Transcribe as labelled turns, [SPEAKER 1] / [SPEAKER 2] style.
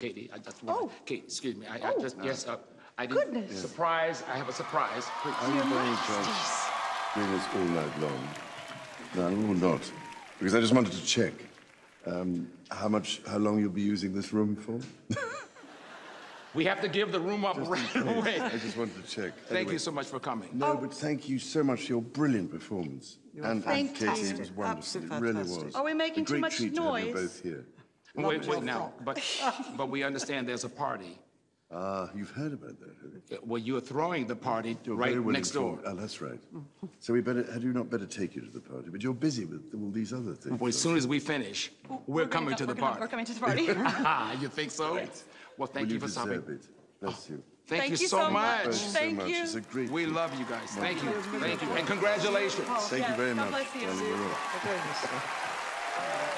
[SPEAKER 1] Katie, I just want,
[SPEAKER 2] Oh.
[SPEAKER 1] Kate, excuse me, I, I
[SPEAKER 2] Oh.
[SPEAKER 1] just, yes, uh, I didn't.
[SPEAKER 2] Goodness.
[SPEAKER 1] Surprise, I have a surprise, please.
[SPEAKER 2] Your
[SPEAKER 3] I'm going to
[SPEAKER 2] Majesties.
[SPEAKER 3] bring this all night long. No, I will not, because I just wanted to check um, how much, how long you'll be using this room for.
[SPEAKER 1] We have to give the room up right away.
[SPEAKER 3] I just wanted to check.
[SPEAKER 1] Thank
[SPEAKER 3] Anyway,
[SPEAKER 1] you so much for coming.
[SPEAKER 3] No, but thank you so much for your brilliant performance. and, and Katie, it was
[SPEAKER 4] fantastic.
[SPEAKER 3] wonderful. It
[SPEAKER 4] Absolutely
[SPEAKER 3] really
[SPEAKER 4] fantastic.
[SPEAKER 3] was.
[SPEAKER 2] Are we making
[SPEAKER 3] a
[SPEAKER 2] too
[SPEAKER 3] great
[SPEAKER 2] much
[SPEAKER 3] treat To have you
[SPEAKER 2] noise?
[SPEAKER 3] both here.
[SPEAKER 1] Wait, wait now, but, but we understand there's a party.
[SPEAKER 3] Ah, you've heard about that. have you?
[SPEAKER 1] Uh, Well, you're throwing the party
[SPEAKER 3] You're
[SPEAKER 1] right
[SPEAKER 3] very well
[SPEAKER 1] next door.
[SPEAKER 3] informed. Oh, that's right. So we better, had you not better take you to the party? But you're busy with all these other things.
[SPEAKER 1] Well, as soon as we finish, we're
[SPEAKER 2] gonna
[SPEAKER 1] coming
[SPEAKER 2] go-
[SPEAKER 1] to the
[SPEAKER 2] we're gonna-
[SPEAKER 1] party.
[SPEAKER 2] We're coming to the party.
[SPEAKER 1] Ah, you think so? Well, thank
[SPEAKER 3] Well,
[SPEAKER 1] you for stopping.
[SPEAKER 3] deserve it. Bless you.
[SPEAKER 1] Thank you so much.
[SPEAKER 3] Thank you so
[SPEAKER 2] Thank
[SPEAKER 3] much.
[SPEAKER 2] you.
[SPEAKER 3] It's a great.
[SPEAKER 1] We love you guys. Thank you, thank you, and congratulations.
[SPEAKER 3] Thank you
[SPEAKER 2] Yes,
[SPEAKER 3] very much.
[SPEAKER 2] God bless you.
[SPEAKER 3] darling. You're all-
[SPEAKER 4] Thank you.